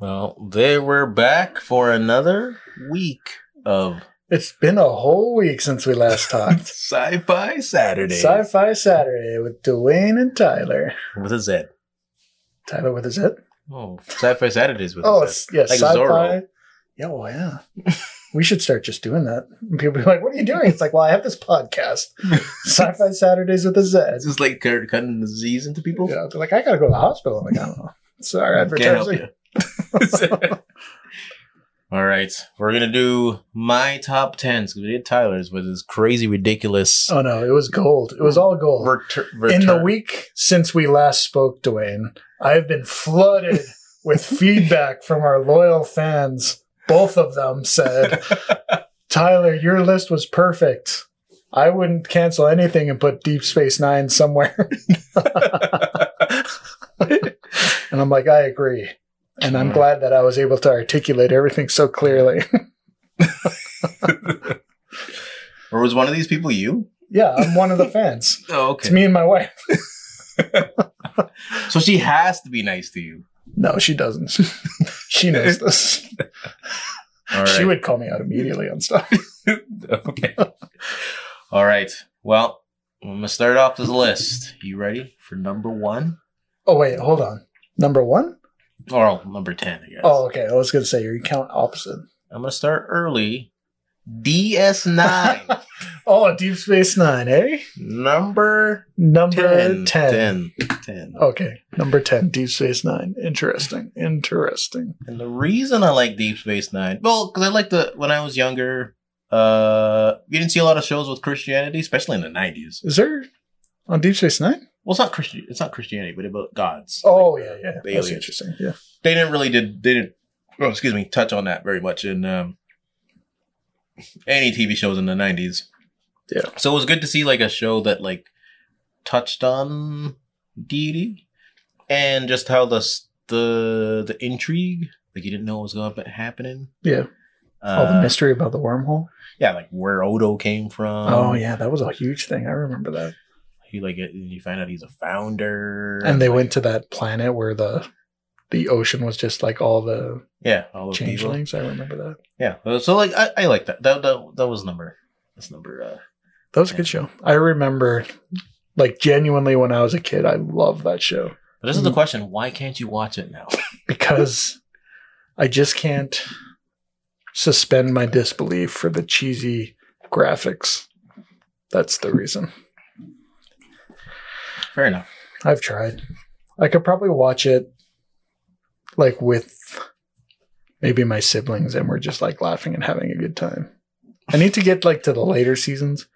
Hey, we're back for another week of It's been a whole week since we last talked. Sci-Fi Saturday. Sci Fi Saturday with Dwayne and Tyler. with a Z. Tyler with his head. Oh, Sci-Fi Saturdays with Oh, a Z. it's yeah, Like sci fi. Zorro. Yeah, oh, yeah. we should start just doing that. And people be like, what are you doing? It's like, well, I have this podcast, Sci Fi Saturdays with a Z. It's just like cut- cutting the Z's into people. You know, they're like, I got to go to the hospital. I'm like, I don't know. Sorry, Can't help advertising. you. All right, we're gonna do my top tens. We did Tyler's with his crazy, ridiculous. Oh, no. It was gold. It was all gold. retur- In the return. week since we last spoke, Dwayne, I've been flooded with feedback from our loyal fans. Both of them said, Tyler, your list was perfect. I wouldn't cancel anything and put Deep Space Nine somewhere. and I'm like, I agree. And I'm Mm. glad that I was able to articulate everything so clearly. or was one of these people you? yeah, I'm one of the fans. Oh, It's me and my wife. So she has to be nice to you. No, she doesn't. she knows this. All right. She would call me out immediately on stuff. okay. All right. Well, I'm gonna start off this list. You ready for number one Oh wait, hold on. Number one? or oh, number ten? I guess. Oh, okay. I was gonna say you count opposite. I'm gonna start early. DS9, Oh, Deep Space Nine, eh? number Number 10. Oh. 10. 10. 10. Okay, number ten, Deep Space Nine. Interesting. Interesting. And the reason I like Deep Space Nine, well, because I like the when I was younger, uh, you didn't see a lot of shows with Christianity, especially in the 90s. Is there on Deep Space Nine? Well, it's not Christian, it's not Christianity, but about gods. Oh Like, uh, yeah, yeah. the That's aliens. interesting. Yeah. they didn't really did they didn't oh, excuse me touch on that very much in um, any TV shows in the nineties. Yeah. So it was good to see like a show that like touched on deity and just how the s- the the intrigue like you didn't know what was going to be happening. Yeah. Uh, All Oh, the mystery about the wormhole. yeah, like where Odo came from. oh yeah, that was a huge thing. I remember that. He like uh, you find out he's a founder. And they went to that planet where the the ocean was just like all the yeah, all those people. changelings. I remember that. Yeah. So- So like I, I like that. That that that was number that's number uh That was a Yeah. good show. I remember, like, genuinely when I was a kid, I loved that show But this is the Mhm. question: Why can't you watch it now? because I just can't suspend my disbelief for the cheesy graphics. That's the reason. Fair enough. I've tried. I could probably watch it, like, with maybe my siblings, and we're just like laughing and having a good time. I need to get like to the later seasons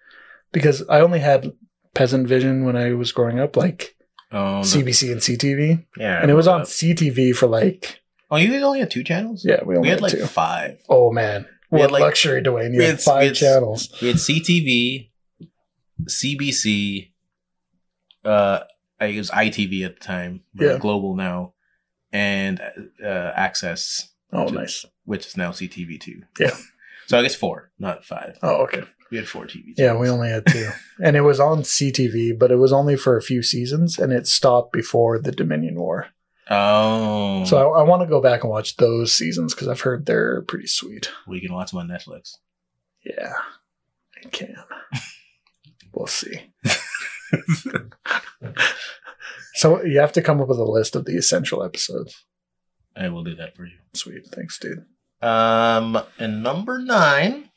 because I only had peasant vision when I was growing up, like Oh, the- CBC and CTV. yeah, and it was on uh, CTV for like Oh, you guys only had two channels. yeah, we we only had had, like two. five. Oh man, we what had, like- luxury, Dwayne! You we had, had- we five had- channels. We had CTV, CBC. Uh, I use ITV at the time. but Yeah. Global now, and uh, Access, Oh Two. nice. which is now CTV two. Yeah. So I guess four, not five. Oh okay. We had four TV. Yeah, we channels. only had two, and it was on CTV, but it was only for a few seasons, and it stopped before the Dominion War. Oh, So I, I want to go back and watch those seasons because I've heard they're pretty sweet. we can watch them on Netflix. Yeah, I can. we'll see. so you have to come up with a list of the essential episodes. I will do that for you. Sweet, thanks, dude. Um, and number nine,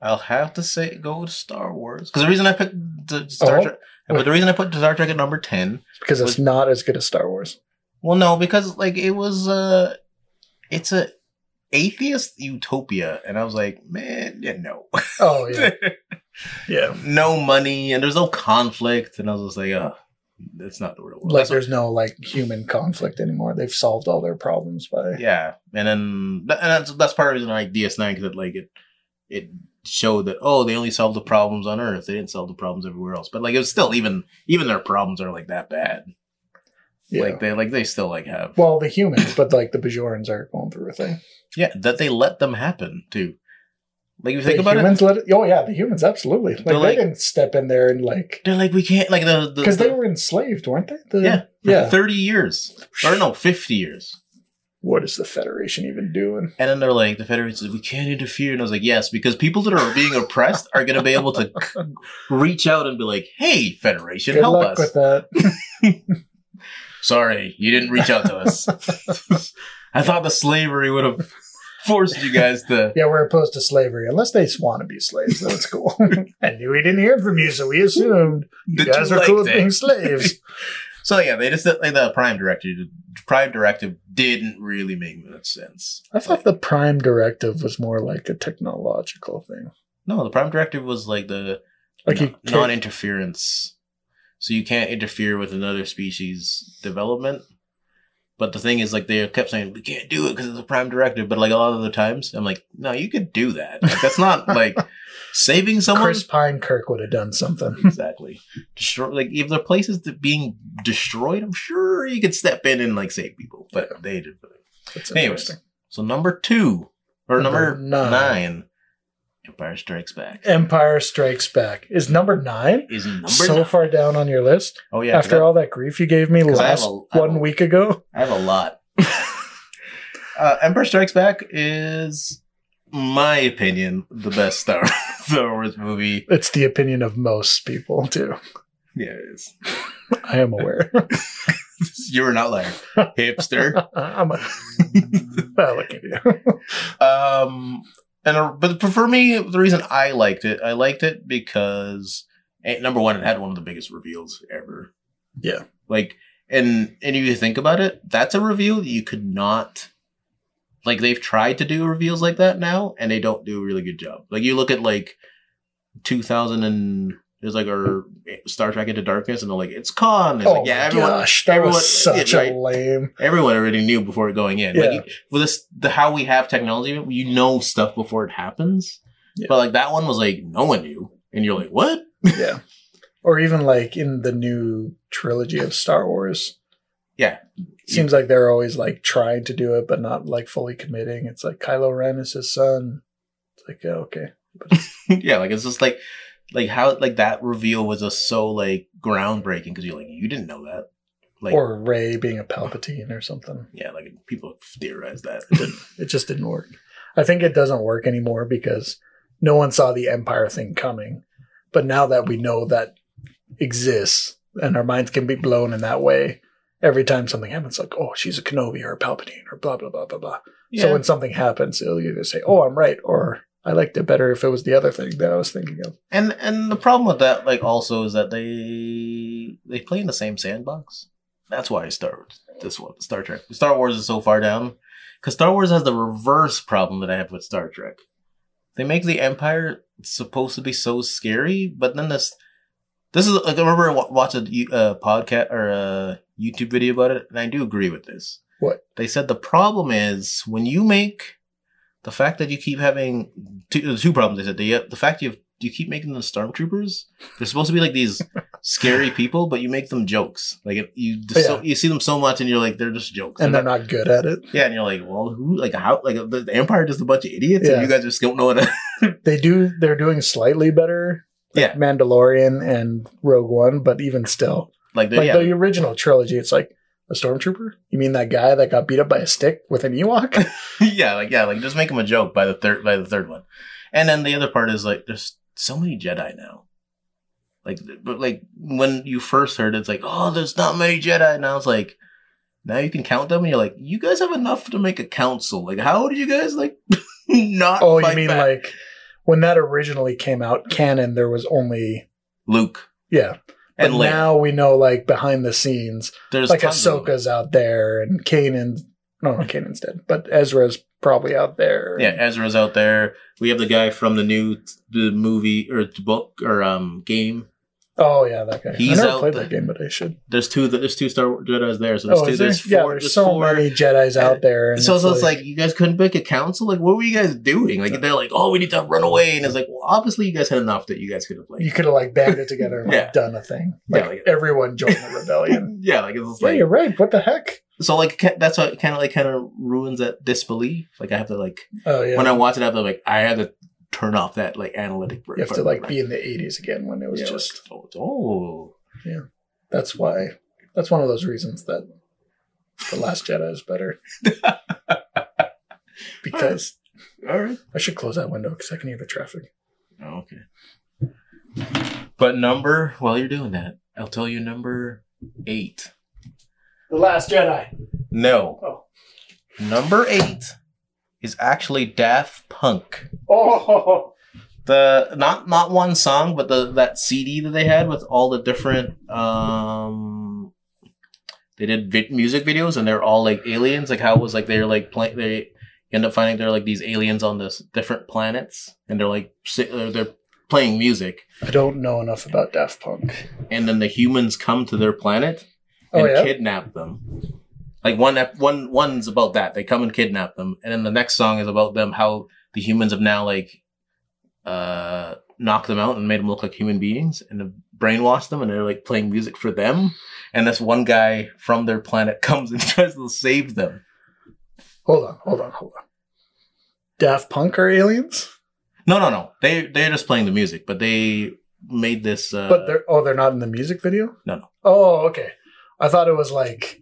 I'll have to say go to Star Wars because the reason I picked the Star Oh, Trek, but the reason I put Star Trek at number ten, because it's Was- not as good as Star Wars. well, no, because like it was uh it's a atheist utopia, and I was like, man, yeah, no, Oh yeah, yeah. no money, and there's no conflict, and I was just like, oh, that's not the real world. Like That's- there's no like human conflict anymore. They've solved all their problems by Yeah, and then th- and that's that's part of the reason I like DS9 because it like it it showed that oh they only solved the problems on Earth they didn't solve the problems everywhere else but like it was still even even their problems are like that bad yeah. like they like they still like have well the humans, but like the Bajorans are going through a thing. yeah that they let them happen too like if you think the about humans it let it. Oh yeah, the humans absolutely. Like, They're like- they didn't step in there and like they're like we can't like the because the, they were enslaved, weren't they? The, yeah yeah. thirty years or no fifty years what is the Federation even doing? And then they're like, the Federation says, we can't interfere. And I was like, yes, because people that are being oppressed are going to be able to reach out and be like, hey, Federation, Good help luck us. with that. Sorry, you didn't reach out to us. I thought the slavery would have forced you guys to. Yeah, we're opposed to slavery unless they want to be slaves. Then it's cool. and we didn't hear from you, so we assumed you that guys you are cool liked with it. being slaves. So yeah, they just like the Prime Directive. Prime Directive didn't really make much sense. I thought the Prime Directive was more like a technological thing. No, the Prime Directive was like the Like you no- can't- non-interference. So you can't interfere with another species' development. But the thing is, like they kept saying, "We can't do it because it's a prime directive." But like a lot of the times, I'm like, "No, you could do that. Like, that's not like saving someone." Chris Pine Kirk would have done something. exactly. Destroy like if the place is de- being destroyed, I'm sure you could step in and like save people. But they did. That's Anyways. interesting. So number two or number, Number nine. nine, Empire Strikes Back Empire Strikes Back is number nine. is number so nine. far down on your list. Oh yeah, 'cause After all that grief you gave me 'cause I have last a- I have one a- week ago, I have a lot. uh, Emperor Strikes Back is, my opinion, the best Star Star Wars movie. it's the opinion of most people too. Yeah, it is. I am aware. You're an outlier, hipster. I'm a well, look at you. Um, and uh, but for me, the reason I liked it, I liked it because eh, number one, it had one of the biggest reveals ever. Yeah. like and and if you think about it, that's a reveal that you could not. Like they've tried to do reveals like that now, and they don't do a really good job. Like you look at like 2000 and there's like our Star Trek Into Darkness, and they're like it's Khan. It's Oh like, my yeah, everyone, gosh, that everyone- was such right. a lame. everyone already knew before going in. Yeah. Like with this, the how we have technology, you know stuff before it happens. Yeah. But like that one was like no one knew, and you're like, what? Yeah. Or even like in the new trilogy of Star Wars. Yeah. Seems like they're always like trying to do it, but not like fully committing. It's like Kylo Ren is his son. It's like, yeah, okay. yeah, like it's just like like how like that reveal was just so like groundbreaking because you're like you didn't know that. Like or Ray being a Palpatine or something. yeah, like people theorize that. It didn't. It just didn't work. I think it doesn't work anymore because no one saw the Empire thing coming. But now that we know that exists and our minds can be blown in that way, every time something happens, like, oh, she's a Kenobi or a Palpatine or blah, blah, blah, blah, blah. yeah. So when something happens, it'll either say, oh, I'm right, or I liked it better if it was the other thing that I was thinking of. and and the problem with that like also is that they they play in the same sandbox. That's why I started this one Star Trek. Star Wars is so far down because Star Wars has the reverse problem that I have with Star Trek. They make the Empire supposed to be so scary, but then this this is like I remember I wa- watched a you- uh, podcast or a YouTube video about it, and I do agree with this. What? they said the problem is when you make the fact that you keep having two, two problems. They said the the fact you have, you keep making them stormtroopers. They're supposed to be like these scary people, but you make them jokes. Like if you just so, you see them so much, and you're like they're just jokes. And They're they're not good at it. yeah, and you're like, well, who, like, how, like, the, the Empire just a bunch of idiots, Yeah. and you guys just don't know what. to- They do, they're doing slightly better. like Yeah. Mandalorian and Rogue One, but even still, like, they like yeah, the original trilogy, it's like a stormtrooper. You mean that guy that got beat up by a stick with an Ewok? yeah, like, yeah, like, just make them a joke by the third, by the third one, and then the other part is like, there's so many Jedi now. Like, but like when you first heard it, it's like, oh, there's not many Jedi now. It's like, now you can count them, and you're like, you guys have enough to make a council. Like, how did you guys like not? oh, you fight mean back? like when that originally came out, canon? There was only Luke yeah, but and Leia? now we know like behind the scenes, there's like tons of them. Ahsoka's out there and Kanan. No, no, Kanan's dead, but Ezra's probably out there. Yeah, Ezra's out there. We have the guy from the new the movie or the book or um game. Oh yeah, that guy. He's I never out played there. that game, but I should. There's two. There's two Star Wars Jedi's there. So there's Oh, two. is there? There's yeah, four. there's so four. many Jedi's out there. And So, so it's like you guys couldn't pick a council. Like, what were you guys doing? Like, they're like, oh, we need to run away, and it's like, well, obviously you guys had enough that you guys could have you played. could have like banded together and Yeah. like, done a thing. Yeah, Like, like- everyone joined the rebellion. yeah, like it's just Yeah, like you're right. What the heck? so like ca- that's what kind of like kind of ruins that disbelief. Like I have to like Oh yeah. when I watch it, I have to like I have to turn off that like analytic. you have to like be in the 80s again when it was just oh. that's why that's one of those reasons that The Last Jedi is better. because All right. I should close that window because I can hear the traffic. Oh, okay. But number, while you're doing that, I'll tell you number eight. The Last Jedi. No. Oh. Number eight is actually Daft Punk. Oh, The not not one song, but the that CD that they had with all the different um they did vi- music videos and they're all like aliens. Like how it was like they're like playing they end up finding they're like these aliens on this different planets and they're like sit, uh, they're playing music I don't know enough about Daft Punk. and then the humans come to their planet Oh and yeah. kidnap them. Like one, ep- one, one's about that. They come and kidnap them, and then the next song is about them how the humans have now like uh knocked them out and made them look like human beings and have brainwashed them, and they're like playing music for them. And this one guy from their planet comes and tries to save them. Hold on, hold on, hold on. Daft Punk are aliens, No, no, no. They they're just playing the music, but they made this. Uh, but they're oh they're not in the music video. No, no. Oh okay. I thought it was like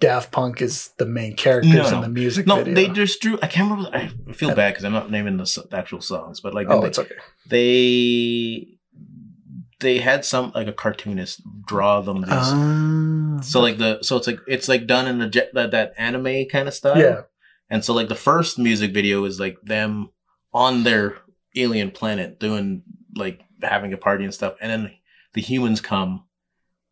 Daft Punk is the main characters No, no. in the music no, video. they just drew. I can't remember. I feel bad because I'm not naming the s- the actual songs, but like Oh, they, it's okay. they they had some like a cartoonist draw them these. Ah. so like the so it's like it's like done in the jet that, that anime kind of style yeah. and so like the first music video is like them on their alien planet doing like having a party and stuff and then the humans come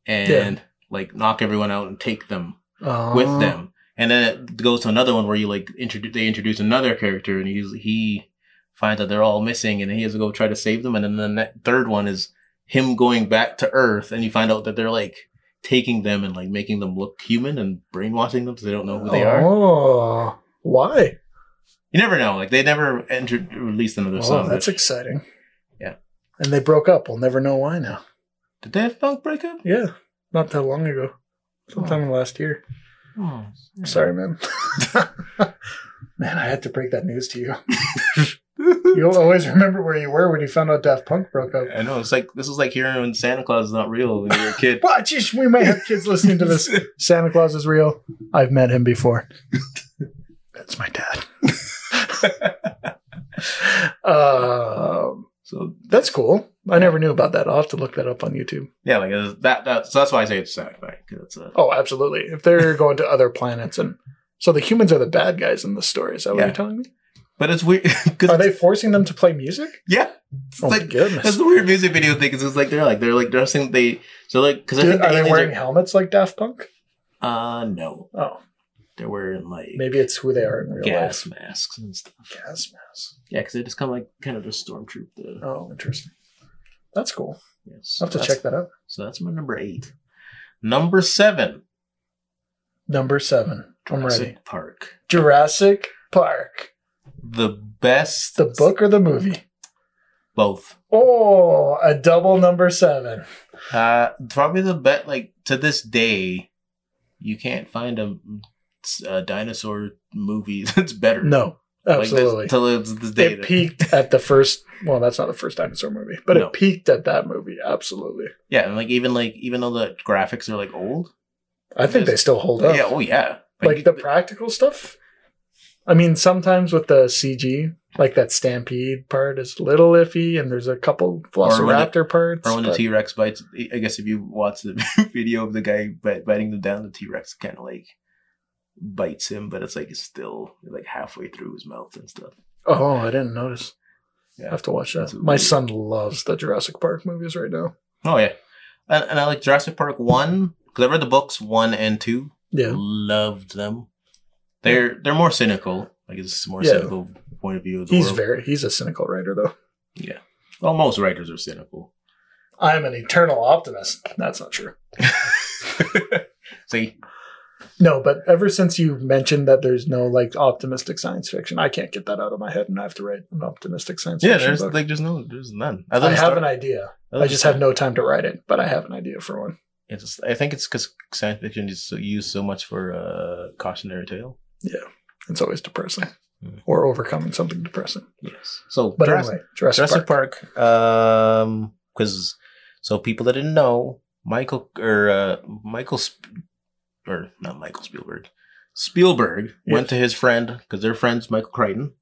and like knock everyone out and take them Oh. with them. And then it goes to another one where you like introduce they introduce another character and he's he finds that they're all missing and he has to go try to save them. And then the ne- third one is him going back to Earth and you find out that they're like taking them and like making them look human and brainwashing them so they don't know who they are. Oh, why? You never know. Like they never entered released another Oh, song. that's exciting. Yeah. And they broke up. We'll never know why now. Did Daft Punk break up? Yeah. Not that long ago. Sometime last year. Oh, I'm sorry, man. man, I had to break that news to you. You'll always remember where you were when you found out Daft Punk broke up. I know. It's like this is like hearing when Santa Claus is not real when you're a kid. Well, geez, we might have kids listening to this. Santa Claus is real. I've met him before. That's my dad. um, so that's cool. I never knew about that. I'll have to look that up on YouTube. yeah, like it's- that. that so that's why I say it's sci-fi because it's uh, a Oh, absolutely. If they're going to other planets and so the humans are the bad guys in this story, is that what Yeah. you're telling me? But it's weird. Are Cause, they forcing them to play music? yeah, it's Oh my like that's goodness. the weird music video thing. 'cause it's like they're like they're like dressing they so like because I Do- think the are they aliens wearing helmets like Daft Punk? are, uh no Oh, they're wearing like maybe it's who they are in real gas masks and stuff. life. Gas mask. Yeah, because they just kind of like kind of just stormtroop the. Oh, interesting. That's cool. yes, I'll have to that's- check that out. So that's my number eight. Number seven, Number seven. I'm ready. Jurassic Park. Jurassic Park. The best. The book or the movie? Both. Oh, a double number seven. Uh, probably the bet. Like to this day, you can't find a, a dinosaur movie that's better. No, absolutely. Like this, till this day. it peaked at the first. Well, that's not the first dinosaur movie, but No. it peaked at that movie. Absolutely. Yeah, and like even like even though the graphics are like old. I think they Yes. still hold up. Yeah, oh yeah. like the practical stuff. I mean, sometimes with the CG, like that stampede part is a little iffy, and there's a couple Velociraptor parts. or when the but- T Rex bites. I guess if you watch the video of the guy bit, biting them down, the T Rex kind of like bites him, but it's like it's still like halfway through his mouth and stuff. oh, I didn't notice. Yeah. I have to watch that. That's My weird. son loves the Jurassic Park movies right now. Oh yeah, and, and I like Jurassic Park one because I read the books one and two. Yeah. Loved them. They're they're more cynical. Like it's a more Yeah. cynical point of view of the He's world. very he's a cynical writer though. well, most writers are cynical. I'm an eternal optimist. That's not true. See, No, but ever since you mentioned that there's no like optimistic science fiction, I can't get that out of my head and I have to write an optimistic science yeah, fiction. there's book. like there's no there's none. I have haven't. an idea. Oh, I just have no time to write it, but I have an idea for one. It's just- I think it's because science fiction is so, used so much for uh, cautionary tale. It's always depressing. Hmm. Or overcoming something depressing. Yes. So, But Jurassic, anyway, Jurassic, Jurassic Park. Park. Um, because so people that didn't know, Michael or uh, Michael Sp- or not Michael Spielberg. Spielberg Yeah. went to his friend because they're friends, Michael Crichton,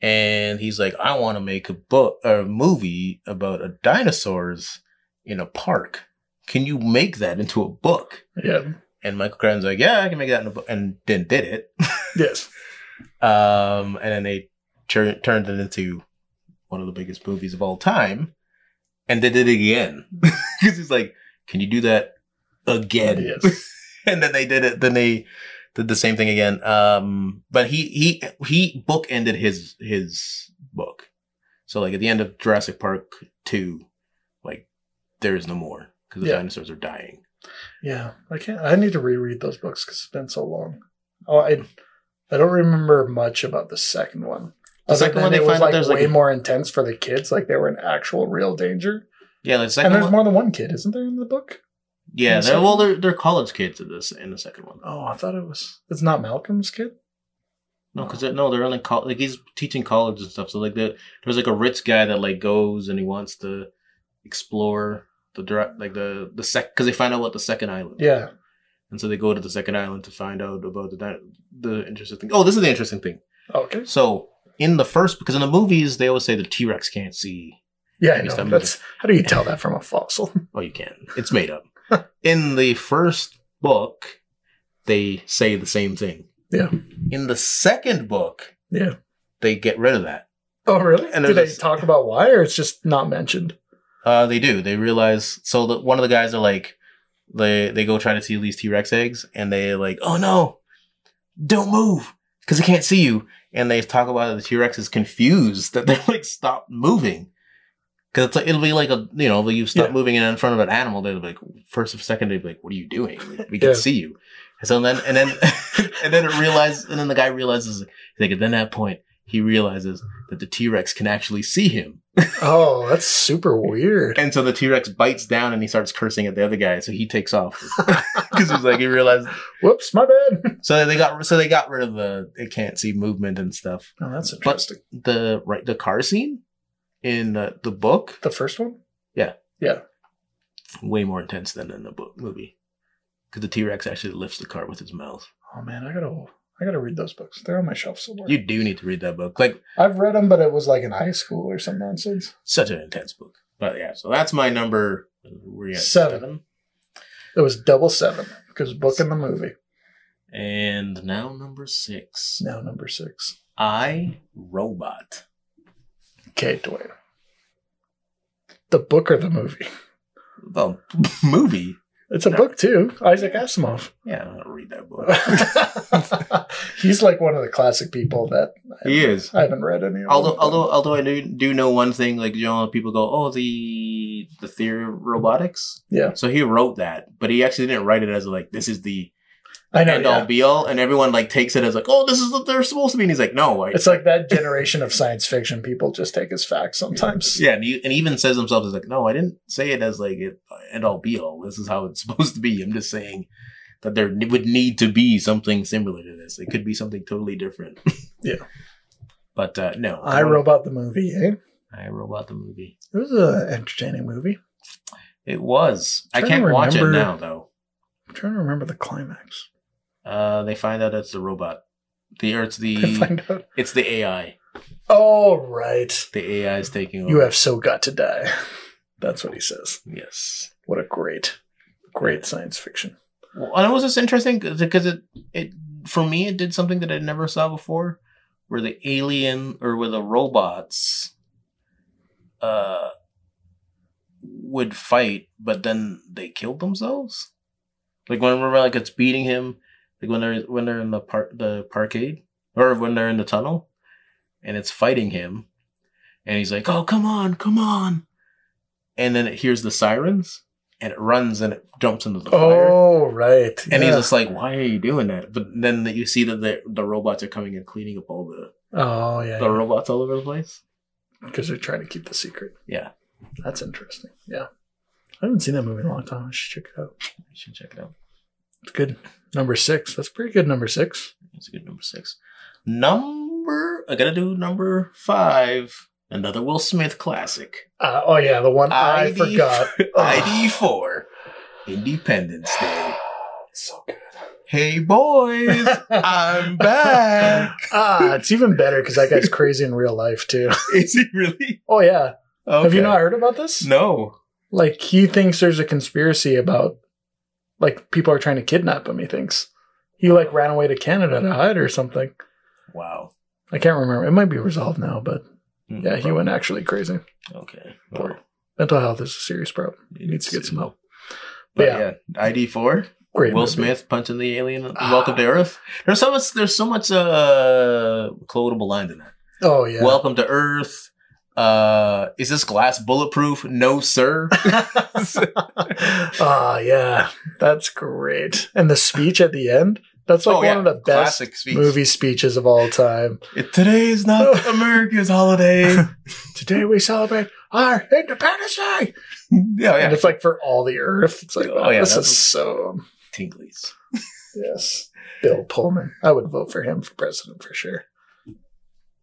and he's like, "I want to make a book, a movie about a dinosaurs in a park. Can you make that into a book?" Yeah. And Michael Crichton's like, "Yeah, I can make that in a book," and then did it. Yes. Um, and then they tur- turned it into one of the biggest movies of all time, and they did it again because he's like, "Can you do that again?" Yes. and then they did it. Then they did the same thing again. Um, but he he he bookended his his book. So like at the end of Jurassic Park two, like there is no more because the Yeah. dinosaurs are dying. Yeah. I can't. I need to reread those books because it's been so long. Oh, I. I don't remember much about the second one. The Other second than one, they it was find out like there's, like, way a- more intense for the kids. Like they were in actual real danger. Yeah, like the And second there's one. more than one kid, isn't there, in the book? yeah, in the they're, second well, one? they're they're college kids in this in the second one. Oh, I thought it was. It's not Malcolm's kid. Oh. No, because no, they're only col- like he's teaching college and stuff. So like the, there's like a rich guy that like goes and he wants to explore the direct like the the sec because they find out what the second island. is. Yeah. And so they go to the second island to find out about the di- the interesting thing. Oh, this is the interesting thing. Okay. So in the first, because in the movies they always say the T Rex can't see. Yeah, I Based know. on That's how do you tell that from a fossil? Oh, you can. It's made up. in the first book, they say the same thing. Yeah. In the second book, Yeah. they get rid of that. Oh, really? And And Did they there's this- talk about why, or it's just not mentioned? Uh, they do. They realize. So the, one of the guys are like, they they go try to steal these T Rex eggs, and they like, oh no, don't move, because they can't see you. And they talk about it, the T Rex is confused that they like stop moving, because it's like it'll be like a you know you stop Yeah. moving in front of an animal, they'll be like first or second, they'll be like, what are you doing? Like, we can Yeah. see you. And so then and then and then it realizes, and then the guy realizes like at then that point he realizes that the T Rex can actually see him. Oh, that's super weird. And so the T Rex bites down and he starts cursing at the other guy, so he takes off because he's like he realized. Whoops, my bad. So they got so they got rid of the it can't see movement and stuff. Oh, that's interesting. The right the car scene in the, the book the first one? way more intense than in the book movie because the T Rex actually lifts the car with his mouth. Oh man, I gotta, I gotta read those books. They're on my shelf somewhere. You do need to read that book, like I've read them, but it was like in high school or some nonsense. such an intense book. But yeah, so that's my number. We're at Seven. It was double seven because book and the movie. and now number six. Now number six. I Robot. Okay, Dwayne. The book or the movie? Well, movie. It's a No. book too. Isaac Asimov. Yeah, I'm gonna read that book. He's like one of the classic people that He is. I haven't read any. of Although, them. although, although I do, do know one thing. Like you know, people go, "Oh, the the theory of robotics." yeah, So he wrote that, but he actually didn't write it as like this is the I know. end all yeah. be all, and uh, everyone like takes it as like, "Oh, this is what they're supposed to be." And he's like, "No, I, It's like that generation of science fiction people just take as facts sometimes. yeah." And he, and he even says himself is like, "No, I didn't say it as like it end all be all. This is how it's supposed to be." I'm just saying that there n- would need to be something similar to this. It could be something totally different. Yeah. But uh, no, I Robot the movie, eh? I Robot the movie. It was an entertaining movie. It was. I Trying to can't watch it remember- now though. I'm trying to remember the climax. Uh, they find out it's the robot. The or it's I the find out. it's the AI. Oh right, The AI is taking over. you have so got to die. That's what he says. yes. What a great, great science fiction. Well, and it was just interesting because it it for me it did something that I never saw before, where the alien or where the robots, uh, would fight, but then they killed themselves. Like when remember like it's beating him, like when they're when they're in the park the parkade or when they're in the tunnel, and it's fighting him, and he's like, "Oh come on, come on," and then it hears the sirens. And it runs and it jumps into the fire. Oh right, And he's yeah. just like, "Why are you doing that?" But then that you see that the, the robots are coming and cleaning up all the oh the yeah, robots all over the place. because they're trying to keep the secret. Yeah, That's interesting. Yeah, I haven't seen that movie in a long time. I should check it out. you should check it out. It's good. Number six. That's pretty good. Number six. It's a good number six. Number I gotta do number five. Another Will Smith classic. Uh, oh yeah, the one I, ID forgot. ID four, Independence Day. It's so good. Hey boys, I'm back. Ah, it's even better because that guy's crazy in real life too. Is he really? Oh yeah. Okay. Have you not heard about this? No. Like he thinks there's a conspiracy about like people are trying to kidnap him, he thinks. He like ran away to Canada to hide or something. Wow. I can't remember. It might be resolved now, but Hmm, yeah, he bro. went actually crazy. Okay. Poor. Well, Mental health is a serious problem. he He needs to get some help. But Yeah. yeah, ID four. Great. Will movie. Smith punching the alien. Ah. Welcome to Earth. There's so much. There's so much uh, quotable lines in that. Oh yeah. Welcome to Earth. Uh, is this glass bulletproof? No, sir. Ah, yeah, that's great. And the speech at the end, that's like Oh, one yeah. of the best Classic speech. movie speeches of all time. It- Today is not America's holiday. Today we celebrate our Independence Day. Oh, yeah, And yeah. it's like for all the earth. It's like, Oh, wow, yeah, this that's- is so, Tinglies. yes. Bill Pullman. I would vote for him for president for sure.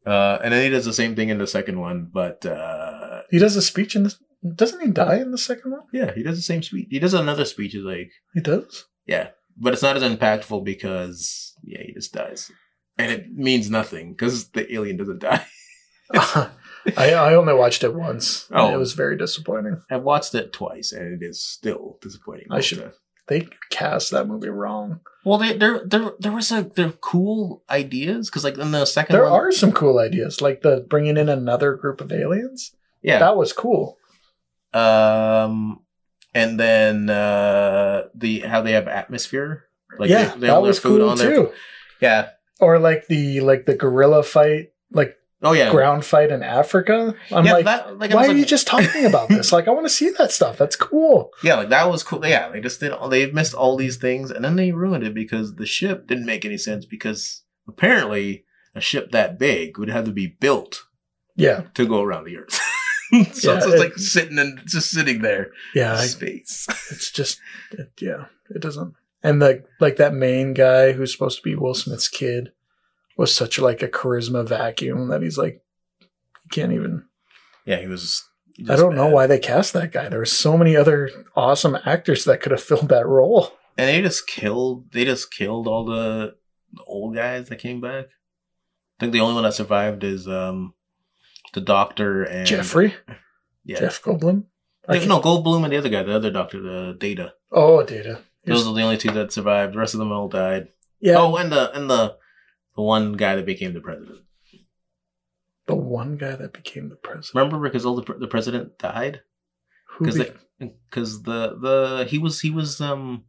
Uh, and then he does the same thing in the second one, but uh, He does a speech in this. Doesn't he die in the second one? yeah, he does the same speech. He does another speech, he's like, He does? yeah, but it's not as impactful because yeah, he just dies, and it means nothing because the alien doesn't die. I, I only watched it once. and Oh. It was very disappointing. I've watched it twice, and it is still disappointing. uh, I most should- times. They cast that movie wrong. Well, they, there, there, there was like there cool ideas because like in the second There one, are some cool ideas, like the bringing in another group of aliens. yeah, That was cool. Um, and then uh, the how they have atmosphere, like yeah, they, they that hold their was food cool on too. there. Yeah. Or like the like the gorilla fight, like Oh yeah. ground fight in Africa. I'm yeah, like, that, like, I why was are like- you just talking about this? Like, I want to see that stuff. That's cool. Yeah, like that was cool. Yeah, they just did. all They missed all these things, and then they ruined it because the ship didn't make any sense. Because apparently, a ship that big would have to be built Yeah, to go around the Earth. so it's Yeah, just it- like sitting and just sitting there, yeah. I- space. It's just, it, yeah, it doesn't. And the like that main guy who's supposed to be Will Smith's kid was such like a charisma vacuum that he's like, you can't even. Yeah, he was. just I don't know bad. why they cast that guy. There were so many other awesome actors that could have filled that role. and they just killed they just killed all the, the old guys that came back. I think the only one that survived is um the doctor and Jeffrey, Yeah, Jeff Goldblum. I no Goldblum and the other guy, the other doctor, the Data. Oh, Data. Those are the only two that survived. The rest of them all died. Yeah, Oh, and the and the the one guy that became the president. the one guy that became the president. Remember, because all the pre- the president died Who? because be- because the the he was he was um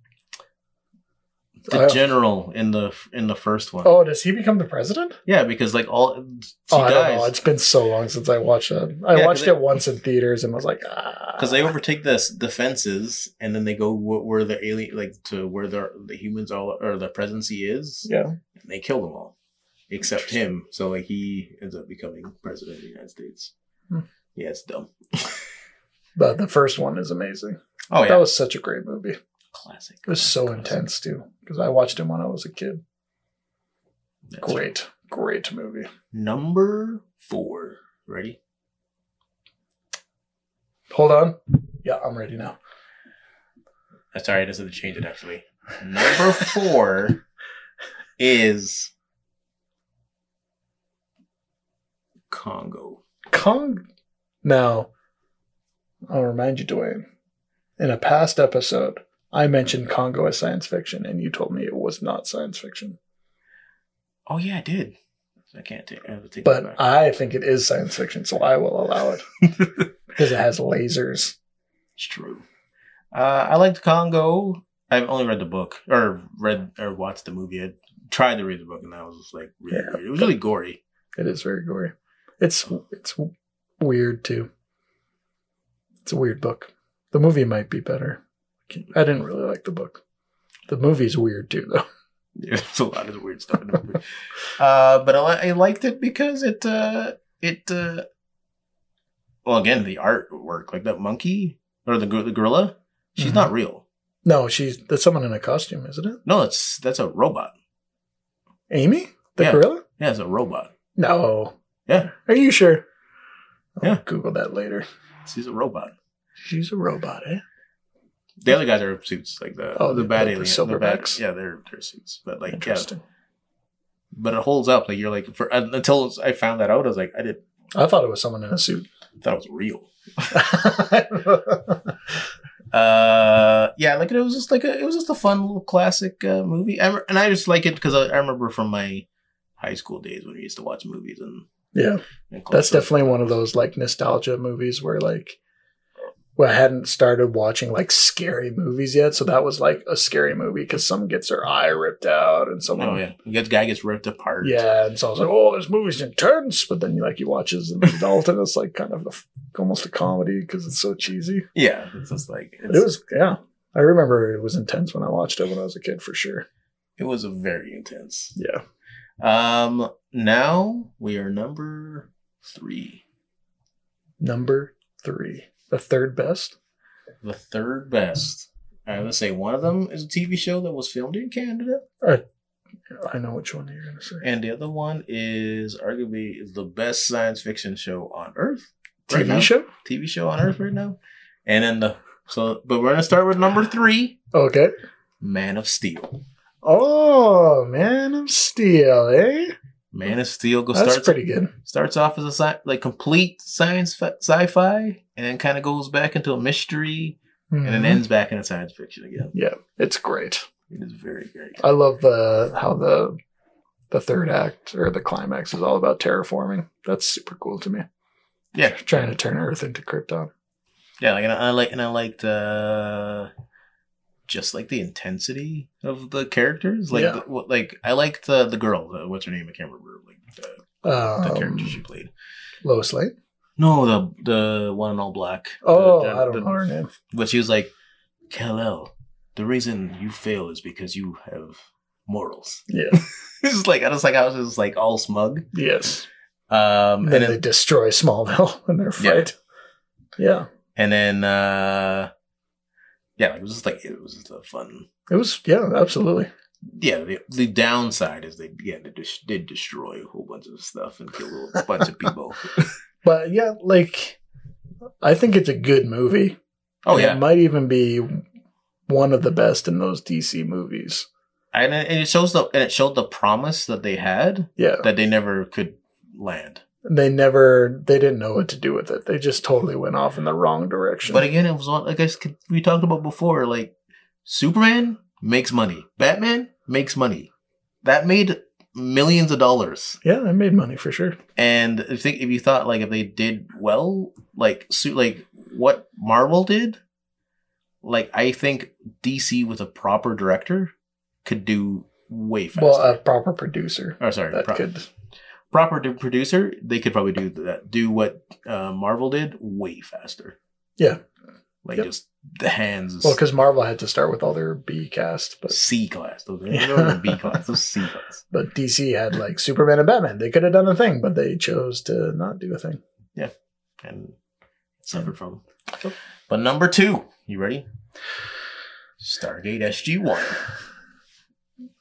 the I- general in the in the first one. uh, oh, does he become the president? Yeah, because like all he oh, I don't dies. know. It's been so long since I watched that. I Yeah, 'cause watched they- it once in theaters and was like, ah. because they overtake the s- the fences and then they go wh- where the alien like to where the the humans all or the presidency is yeah. and they kill them all except him so like he ends up becoming president of the united states Hmm. yeah it's dumb But the first one is amazing. oh yeah Oh, That was such a great movie. It classic was so Classic. intense too because I watched it when I was a kid. That's right. Great, great movie. number four ready Hold on. Yeah, I'm ready now. Uh, sorry i just had to change it actually number four is congo Kong. Now, I'll remind you, Dwayne. In a past episode, I mentioned Congo as science fiction, and you told me it was not science fiction. oh yeah i did i can't take, I have to take that But back. I think it is science fiction, so I will allow it because it has lasers. It's true. Uh, I liked Congo. I've only read the book or read or watched the movie. I tried to read the book and that was just like really Yeah. weird. It was really gory. It is very gory. It's it's weird too. It's a weird book. The movie might be better. I didn't really like the book. The movie's weird too, though. There's a lot of weird stuff in the movie. uh, but I, li- I liked it because it uh, it uh, well again the artwork like that monkey or the gor- the gorilla. She's Mhm. not real. No, she's that's someone in a costume, isn't it? No, that's that's a robot. Amy, the Yeah. gorilla. Yeah, it's a robot. No. Yeah. Are you sure? I'll Yeah. Google that later. She's a robot. She's a robot, eh? The other guys are suits, like the Oh, the the- bad the alien, the bad, silverbacks? yeah, they're they're suits, but like yeah, Interesting. but it holds up. Like you're like for un- until I found that out, I was like, I didn't I thought it was someone in a suit. that was real. uh yeah like it was just like a, it was just a fun little classic uh, movie I, rem- and i just like it because I, I remember from my high school days when we used to watch movies and, yeah, and that's stuff. definitely one of those like nostalgia movies where like, well, I hadn't started watching like scary movies yet, so that was like a scary movie because someone gets their eye ripped out and someone. oh yeah that guy gets ripped apart Yeah, and so I was like, "Oh, this movie's intense," but then you like you watch it as an adult, and it's like kind of a, almost a comedy because it's so cheesy. yeah it's just like It it's, it, was, was, yeah, I remember it was intense when I watched it when I was a kid for sure. a very intense Yeah, um now we are number three number three, the third best. the third best i'm gonna say one of them is a tv show that was filmed in canada I know which one you're gonna say. and the other one is arguably is the best science fiction show on earth right TV now. show. TV show on Earth right now. And then the so, but we're gonna start with number three, Oh, Okay. Man of Steel. Oh, Man of Steel, eh? Man of Steel goes That's starts pretty good. starts off as a sci- like complete science fi- sci-fi, and then kind of goes back into a mystery, and then Mhm. ends back into science fiction again. yeah, it's great. It is very very good. I love the how the the third act or the climax is all about terraforming. That's super cool to me. Yeah. trying to turn Earth into Krypton. Yeah, like and I like and I liked uh, just like the intensity of the characters. Like Yeah. the, what- like I liked uh, the girl. Uh, what's her name? I can't remember. Like the, the character she Um, played. Lois Lane. No, the the one in all black. Oh, The- the- I don't the- know her name. But she was like, Kal El, the reason you fail is because you have morals. Yeah. It's just like I was like I was just like all smug. yes. Um, And and then then they destroy Smallville in their fight. Yeah. and then uh, yeah, it was just like it was just a fun. It was yeah, absolutely. Yeah, the, the downside is they yeah they dis- did destroy a whole bunch of stuff and kill a bunch of people. But yeah, like I think it's a good movie. Oh And yeah, it might even be one of the best in those DC movies. and it, and it shows the and it showed the promise that they had Yeah, that they never could land. they never they didn't know what to do with it. They just totally went off in the wrong direction. But again, it was on like I s- we talked about before. Like Superman makes money, Batman makes money. That made millions of dollars. yeah, I made money for sure. And if think if you thought like if they did well, like su- like what Marvel did, like I think DC with a proper director could do way faster. Well, a proper producer oh, sorry, that pro- could. proper d- producer, they could probably do that. Do what uh, Marvel did way faster. Yeah. like Yep. just the hands. Well, because Marvel had to start with all their B cast, but C class. Those are Yeah. those are B class. Those C class. but DC had like Superman and Batman. They could have done a thing, but they chose to not do a thing. And suffered from. But number two, you ready? Stargate SG One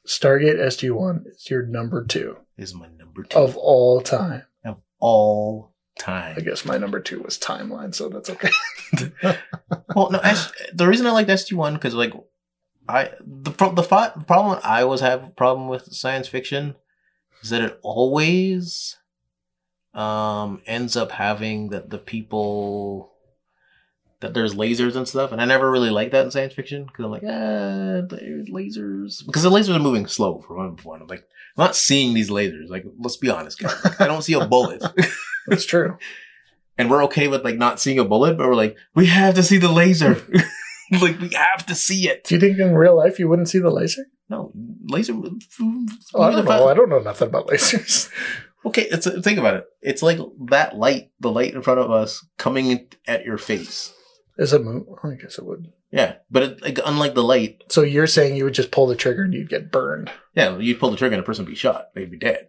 Stargate SG One is your number two is my number two of all time. of all I time. guess my number two was Timeline, so that's okay. Well, no, S- the reason I liked SG One because like I the pro- the fi- the problem I always have a problem with science fiction is that it always um ends up having that the people that there's lasers and stuff, and I never really like that in science fiction because I'm like, ah, there's lasers because the lasers are moving slow for one. For one, I'm like, I'm not seeing these lasers. Like, let's be honest, guys, Like, I don't see a bullet, It's true. and we're okay with like not seeing a bullet, but we're like, we have to see the laser. like, we have to see it. Do you think in real life you wouldn't see the laser? No, laser. Oh, I don't know. I don't know nothing about lasers. Okay, it's think about it. It's like that light, the light in front of us, coming in at your face. Is it moon? I guess it would. Yeah, but it, like, unlike the light, So you're saying you would just pull the trigger and you'd get burned? yeah, you pull the trigger and a person would be shot, they'd be dead.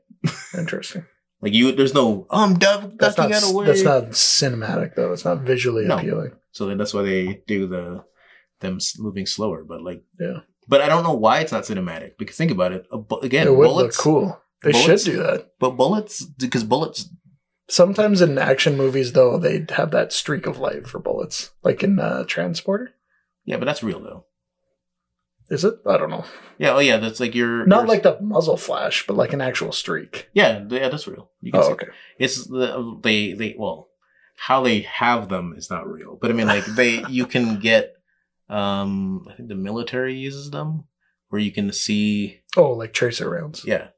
Interesting. Like you, there's no oh, I'm duck, That's ducking not. out of way. That's not cinematic though. It's not visually No. appealing. So then that's why they do the them s- moving slower. But like, Yeah. But I don't know why it's not cinematic because think about it. A, bu- again, it would bullets, look cool. They bullets- should do that. but bullets because bullets. Sometimes in action movies though, they have that streak of light for bullets, like in uh, Transporter. Yeah, but that's real though. Is it? I don't know. Yeah. Oh yeah, that's like your Not your- like the muzzle flash, but like an actual streak. yeah th- yeah that's real. You can Oh, see. okay. It's the they they well how they have them is not real, but I mean like they you can get um I think the military uses them where you can see Oh, like tracer rounds. yeah,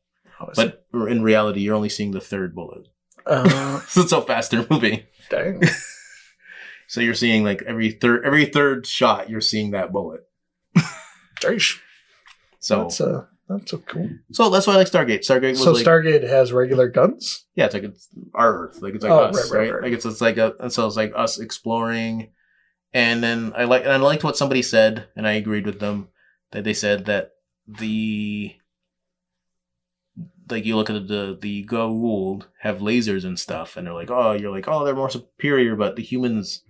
Oh, I see. but in reality you're only seeing the third bullet. uh, So it's how fast they're moving. dang. So you're seeing like every third every third shot you're seeing that bullet. Jeesh. So That's uh that's so cool. so that's why I like Stargate. Stargate was So like Stargate has regular guns? yeah, it's like it's our Earth, like it's like Oh, us, right, right, right, right. Like it's it's like a, and so it's like us exploring, and then I like and I liked what somebody said, and I agreed with them that they said that the like you look at the the Goa'uld have lasers and stuff, and they're like oh you're like oh they're more superior, but the humans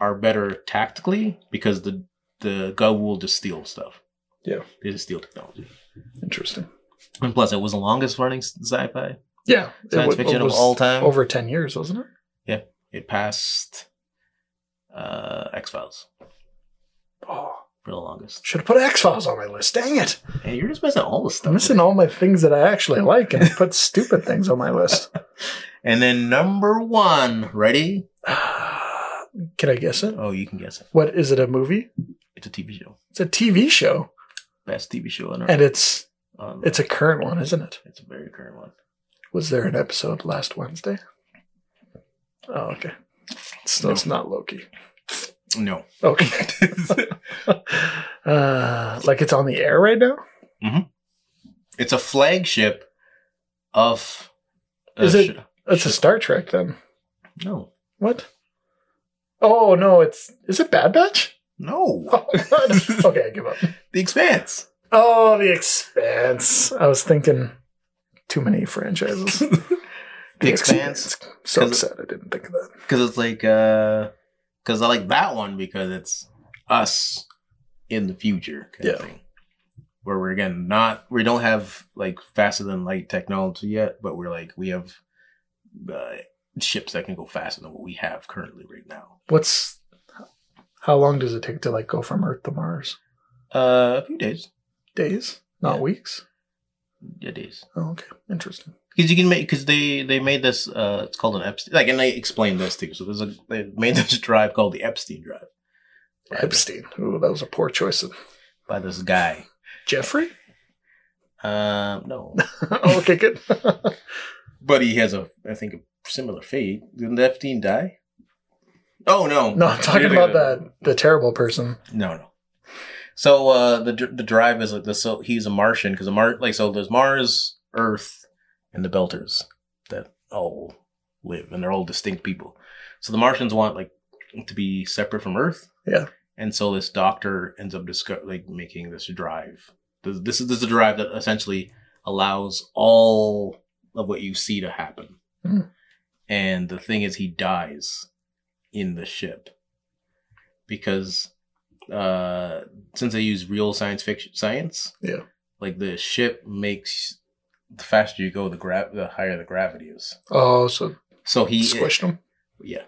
are better tactically because the the Goa'uld just steal stuff. Yeah. they just steal technology, Interesting. and plus it was the longest running sci-fi Yeah. it science wa- it fiction of was all time. Over ten years, wasn't it? it passed uh, X Files Oh. for the longest. Should have put X Files on my list. Dang it. Hey, you're just missing all the stuff. I'm missing all my things that I actually like and I put stupid things on my list. And then number one, ready? Can I guess it? Oh, you can guess it. What is it a movie? It's a TV show, It's a TV show. best TV show on And it's on- it's a current one, isn't it? it's a very current one. Was there an episode last Wednesday? Oh, okay. So it's not Loki. No, Okay. uh, like it's on the air right now? it's a flagship of. a Is it- sh- That's a Star Trek then. no, What? Oh no, it's is it Bad Batch? no? Oh god. Okay, I give up. The Expanse. Oh, the expanse. I was thinking too many franchises. the, The Expanse. Expanse. So 'Cause- upset I didn't think of that. because it's like uh because i like that one because it's us in the future kind of Yeah. thing where we're again not we don't have like faster than light technology yet but we're like we have uh, ships that can go faster than what we have currently right now What's how long does it take to like go from Earth to Mars? uh a few days Days, not Yeah. weeks. yeah days Oh, okay, interesting. because you can make because they they made this uh it's called an epstein like and they explained this too so there's a they made this drive called the epstein drive by, Epstein. Ooh, that was a poor choice of by this guy Jeffrey. Oh, um no okay, good. But he has a, I think, a similar fate. Didn't Epstein die? Oh no, no, I'm talking about the the terrible person. no, no. So uh, the dr- the drive is like the so he's a Martian because a Mar like so there's Mars, Earth, and the Belters that all live and they're all distinct people. So the Martians want like to be separate from Earth. Yeah. And so this doctor ends up disco- like making this drive. This, this is this is a drive that essentially allows all of what you see to happen. Hmm. And the thing is, he dies in the ship because uh, since they use real science fiction science, Yeah. like the ship makes the faster you go, the grav the higher the gravity is. Oh, so So he squished him. yeah.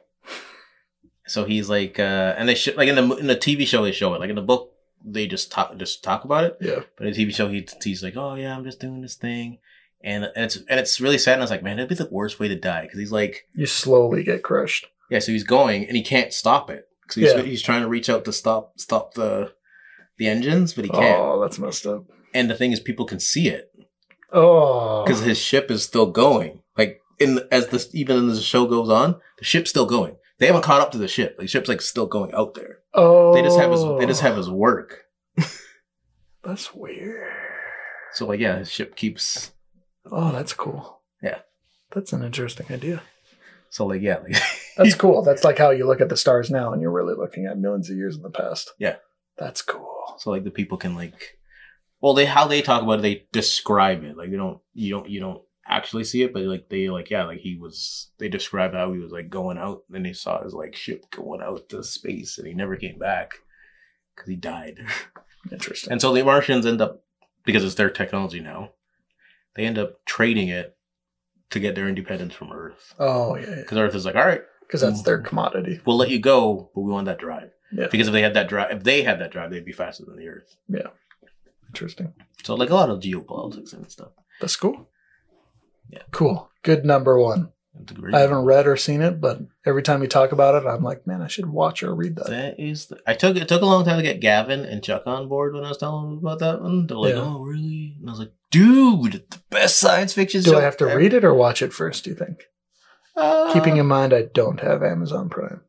So he's like, uh, and they sh- like in the mo- in the TV show they show it. Like in the book, they just talk just talk about it. Yeah. But in the TV show, he, he's like, oh yeah, I'm just doing this thing, and, and it's and it's really sad. And I was like, man, that'd be the worst way to die because he's like, You slowly get crushed. yeah, so he's going and he can't stop it because he's, Yeah. he's trying to reach out to stop stop the the engines, but he can't. Oh, that's messed up. And the thing is, people can see it Oh, because his ship is still going. Like in as this even as the show goes on, the ship's still going. They haven't caught up to the ship. The ship's like still going out there. oh, They just have his. They just have his work. That's weird. So like, yeah, his ship keeps. Oh, that's cool. Yeah. that's an interesting idea. So like, yeah, like, That's cool. That's like how you look at the stars now, and you're really looking at millions of years in the past. Yeah. that's cool. so like the people can like. Well, they how they talk about it, they describe it. Like they don't, you don't, you don't actually see it, but like they like, yeah, like he was. They described how he was like going out, and they saw his like ship going out to space, and he never came back because he died. Interesting. And so the Martians end up because it's their technology now. They end up trading it to get their independence from Earth oh yeah, yeah. because Earth is like, all right, because that's Mm. their commodity. We'll let you go, but we want that drive. Yeah. Because if they had that drive, if they had that drive, they'd be faster than the Earth. Interesting. So like a lot of geopolitics and stuff. That's cool. Yeah. Cool. Good number one. That's great. I haven't read or seen it, but every time you talk about it, I'm like, man, I should watch or read that. That is. The, I took it took a long time to get Gavin and Chuck on board when I was telling them about that one. They're like, Yeah. "Oh, really?" And I was like, "Dude, it's the best science fiction." Do I have to read it or watch it first, do you think? Ah. Keeping in mind I don't have Amazon Prime.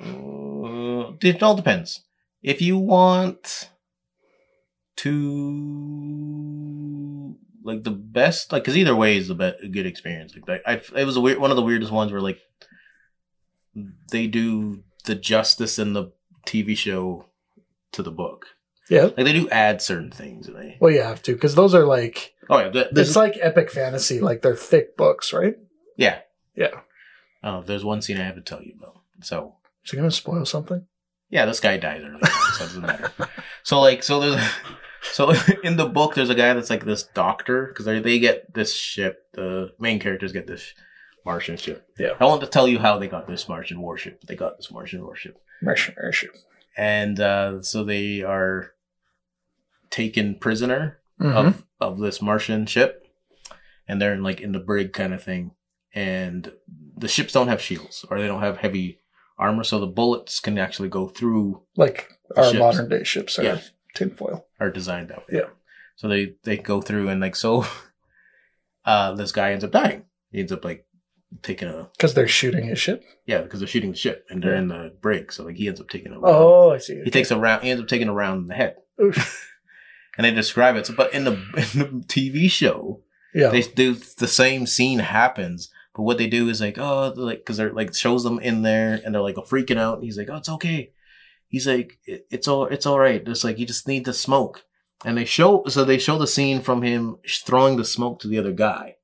Uh, it all depends. If you want to like the best, like because either way is the best, a good experience. Like I, I- it was a weird, one of the weirdest ones where like they do the justice in the TV show to the book. Yeah. Like they do add certain things. And they, Well, you have to, because those are like, oh yeah, th- it's there's, like epic fantasy, like they're thick books, right? yeah, Yeah. Oh, there's one scene I have to tell you about. So Is it going to spoil something? yeah, this guy dies early, so it doesn't matter. So like, so there's, so in the book, there's a guy that's like this doctor because they they get this ship. The main characters get this Martian ship. Yeah. I want to tell you how they got this Martian warship. but They got this Martian warship, and uh, so they are taken prisoner Mhm. of of this Martian ship, and they're in, like in the brig kind of thing. And the ships don't have shields or they don't have heavy armor, so the bullets can actually go through Like our Ships. modern day ships are Yeah. tinfoil. are designed that way. Yeah. So they they go through and like so, uh, this guy ends up dying. He ends up like taking a Because they're shooting his ship. yeah because they're shooting the ship and they're in the brig, so like he ends up taking a round. Oh, I see. he takes a round. He ends up taking a round in the head. Oof. And they describe it. So, but in the, in the TV show, Yeah. they do the same scene happens but what they do is like oh they're like because they're like shows them in there and they're like freaking out and he's like oh it's okay he's like "It- it's all it's all right it's like you just need to smoke and they show so they show the scene from him sh- throwing the smoke to the other guy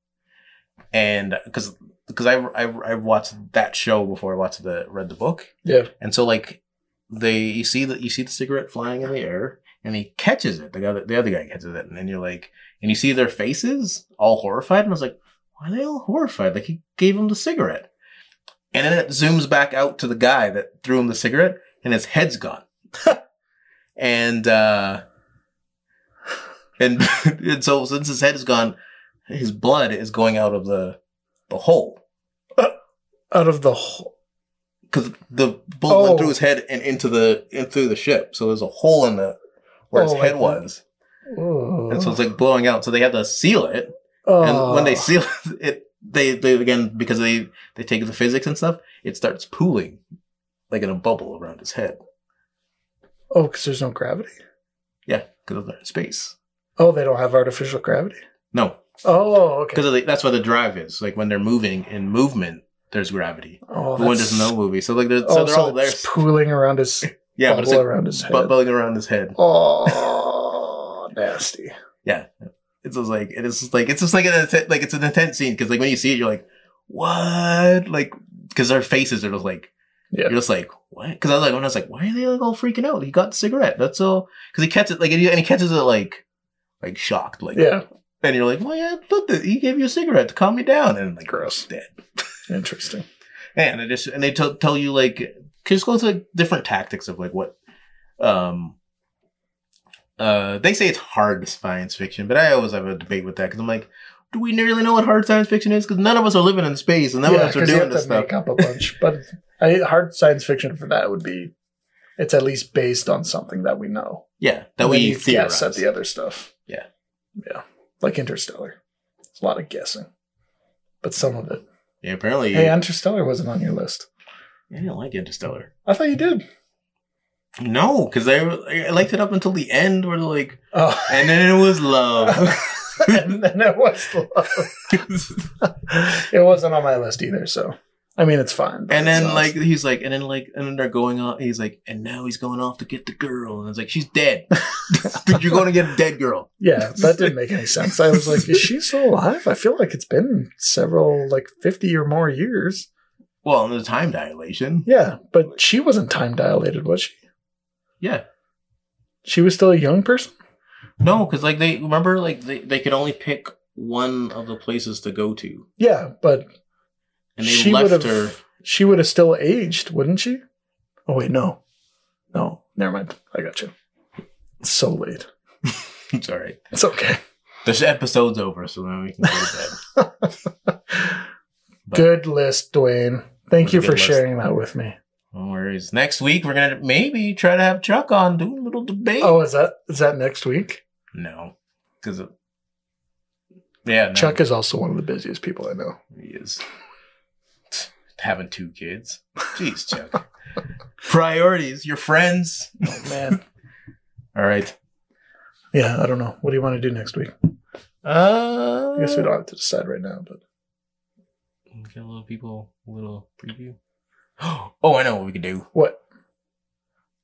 and because because I, I i watched that show before i watched the read the book yeah. and so like they you see the you see the cigarette flying in the air and he catches it. The other the other guy catches it. And then you're like and you see their faces all horrified. And I was like, why are they all horrified? Like he gave him the cigarette. And then it zooms back out to the guy that threw him the cigarette and his head's gone. and uh and, and so since his head is gone, his blood is going out of the the hole. Out of the whole. because the bullet went Oh. through his head and into the and through the ship. So there's a hole in the where his Oh, head like was, and so it's like blowing out. So they had to seal it, and when they Ah. seal it, they they again because they they take the physics and stuff, it starts pooling like in a bubble around his head. Oh, because there's no gravity. Yeah, because they're in space. Oh, they don't have artificial gravity. No, Oh, okay. because that's where the drive is. Like when they're moving in movement, there's gravity. Oh, the one that's- doesn't know movie, so like they're, oh, so they're all there. it's pooling around his Yeah, but bubble it's like around his head. bubbling around his head. oh, nasty. yeah it's just like it's just like it's just like an inten- like it's an intense scene because like when you see it you're like what like because their faces are just like Yeah. you're just like what because I was like when I was like why are they like all freaking out he got the cigarette that's all because he catches like and he, and he catches it like like shocked like Yeah, and you're like well yeah look he gave you a cigarette to calm you down and like Gross. dead interesting. and they just and they tell tell you like just go to like, different tactics of like what um uh they say it's hard science fiction, but I always have a debate with that because I'm like, do we really know what hard science fiction is? Because none of us are living in space and none yeah, of us are 'cause you doing have to this stuff. make up a bunch. But I, hard science fiction for that would be it's at least based on something that we know. Yeah, that And then we you guess theorize. at the other stuff. Yeah. yeah, like Interstellar. It's a lot of guessing, but some of it. yeah, apparently, Hey, Interstellar wasn't on your list. I didn't like Interstellar. I thought you did. No, because I I liked it up until the end where they're like, Oh, and then it was love. and then it was love. it wasn't on my list either. So, I mean, it's fine. but And it's then not- like he's like, and then like, and then they're going off. He's like, and now he's going off to get the girl, and it's like she's dead. Dude, you're going to get a dead girl. yeah, that didn't make any sense. I was like, is she still alive? I feel like it's been several, like fifty or more years. Well, and the time dilation. Yeah, but she wasn't time dilated, was she? Yeah. She was still a young person. No, because like they remember, like they they could only pick one of the places to go to, Yeah, but and they She left would've- her. she would have still aged, wouldn't she? Oh wait, no, no, never mind. I got you. It's so late. It's all right. It's okay. This episode's over, so now we can go to bed. But- good list, Dwayne. It was Thank a you for good list. sharing that with me. No worries. Next week we're gonna maybe try to have Chuck on do a little debate. Oh, is that is that next week? No, because of yeah, no, Chuck is also one of the busiest people I know. he is having two kids. Jeez, Chuck. Priorities, your friends. Man. All right. yeah, I don't know. What do you want to do next week? Uh, I guess we don't have to decide right now, but Get a little people a little preview. Oh, I know what we could do. what?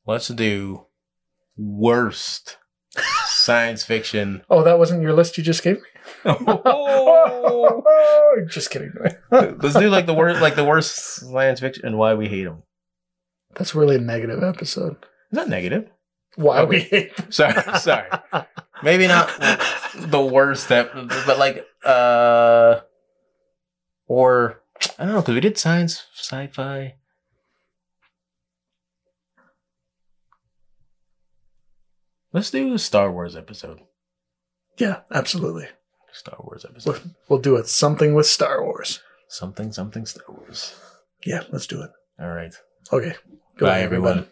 Let's do worst science fiction. Oh, that wasn't your list you just gave me? Oh. just kidding. Dwayne. Let's do like the worst, like the worst science fiction and why we hate them. That's really a negative episode. Is that negative? Why Okay. we hate Sorry, sorry. Maybe not the worst that, but like, uh, or I don't know because we did science, sci-fi. Let's do a Star Wars episode. yeah, absolutely. Star Wars episode. We'll, we'll do it. Something with Star Wars. Something, something Star Wars. Yeah, let's do it. All right. Okay. Bye, night, everyone.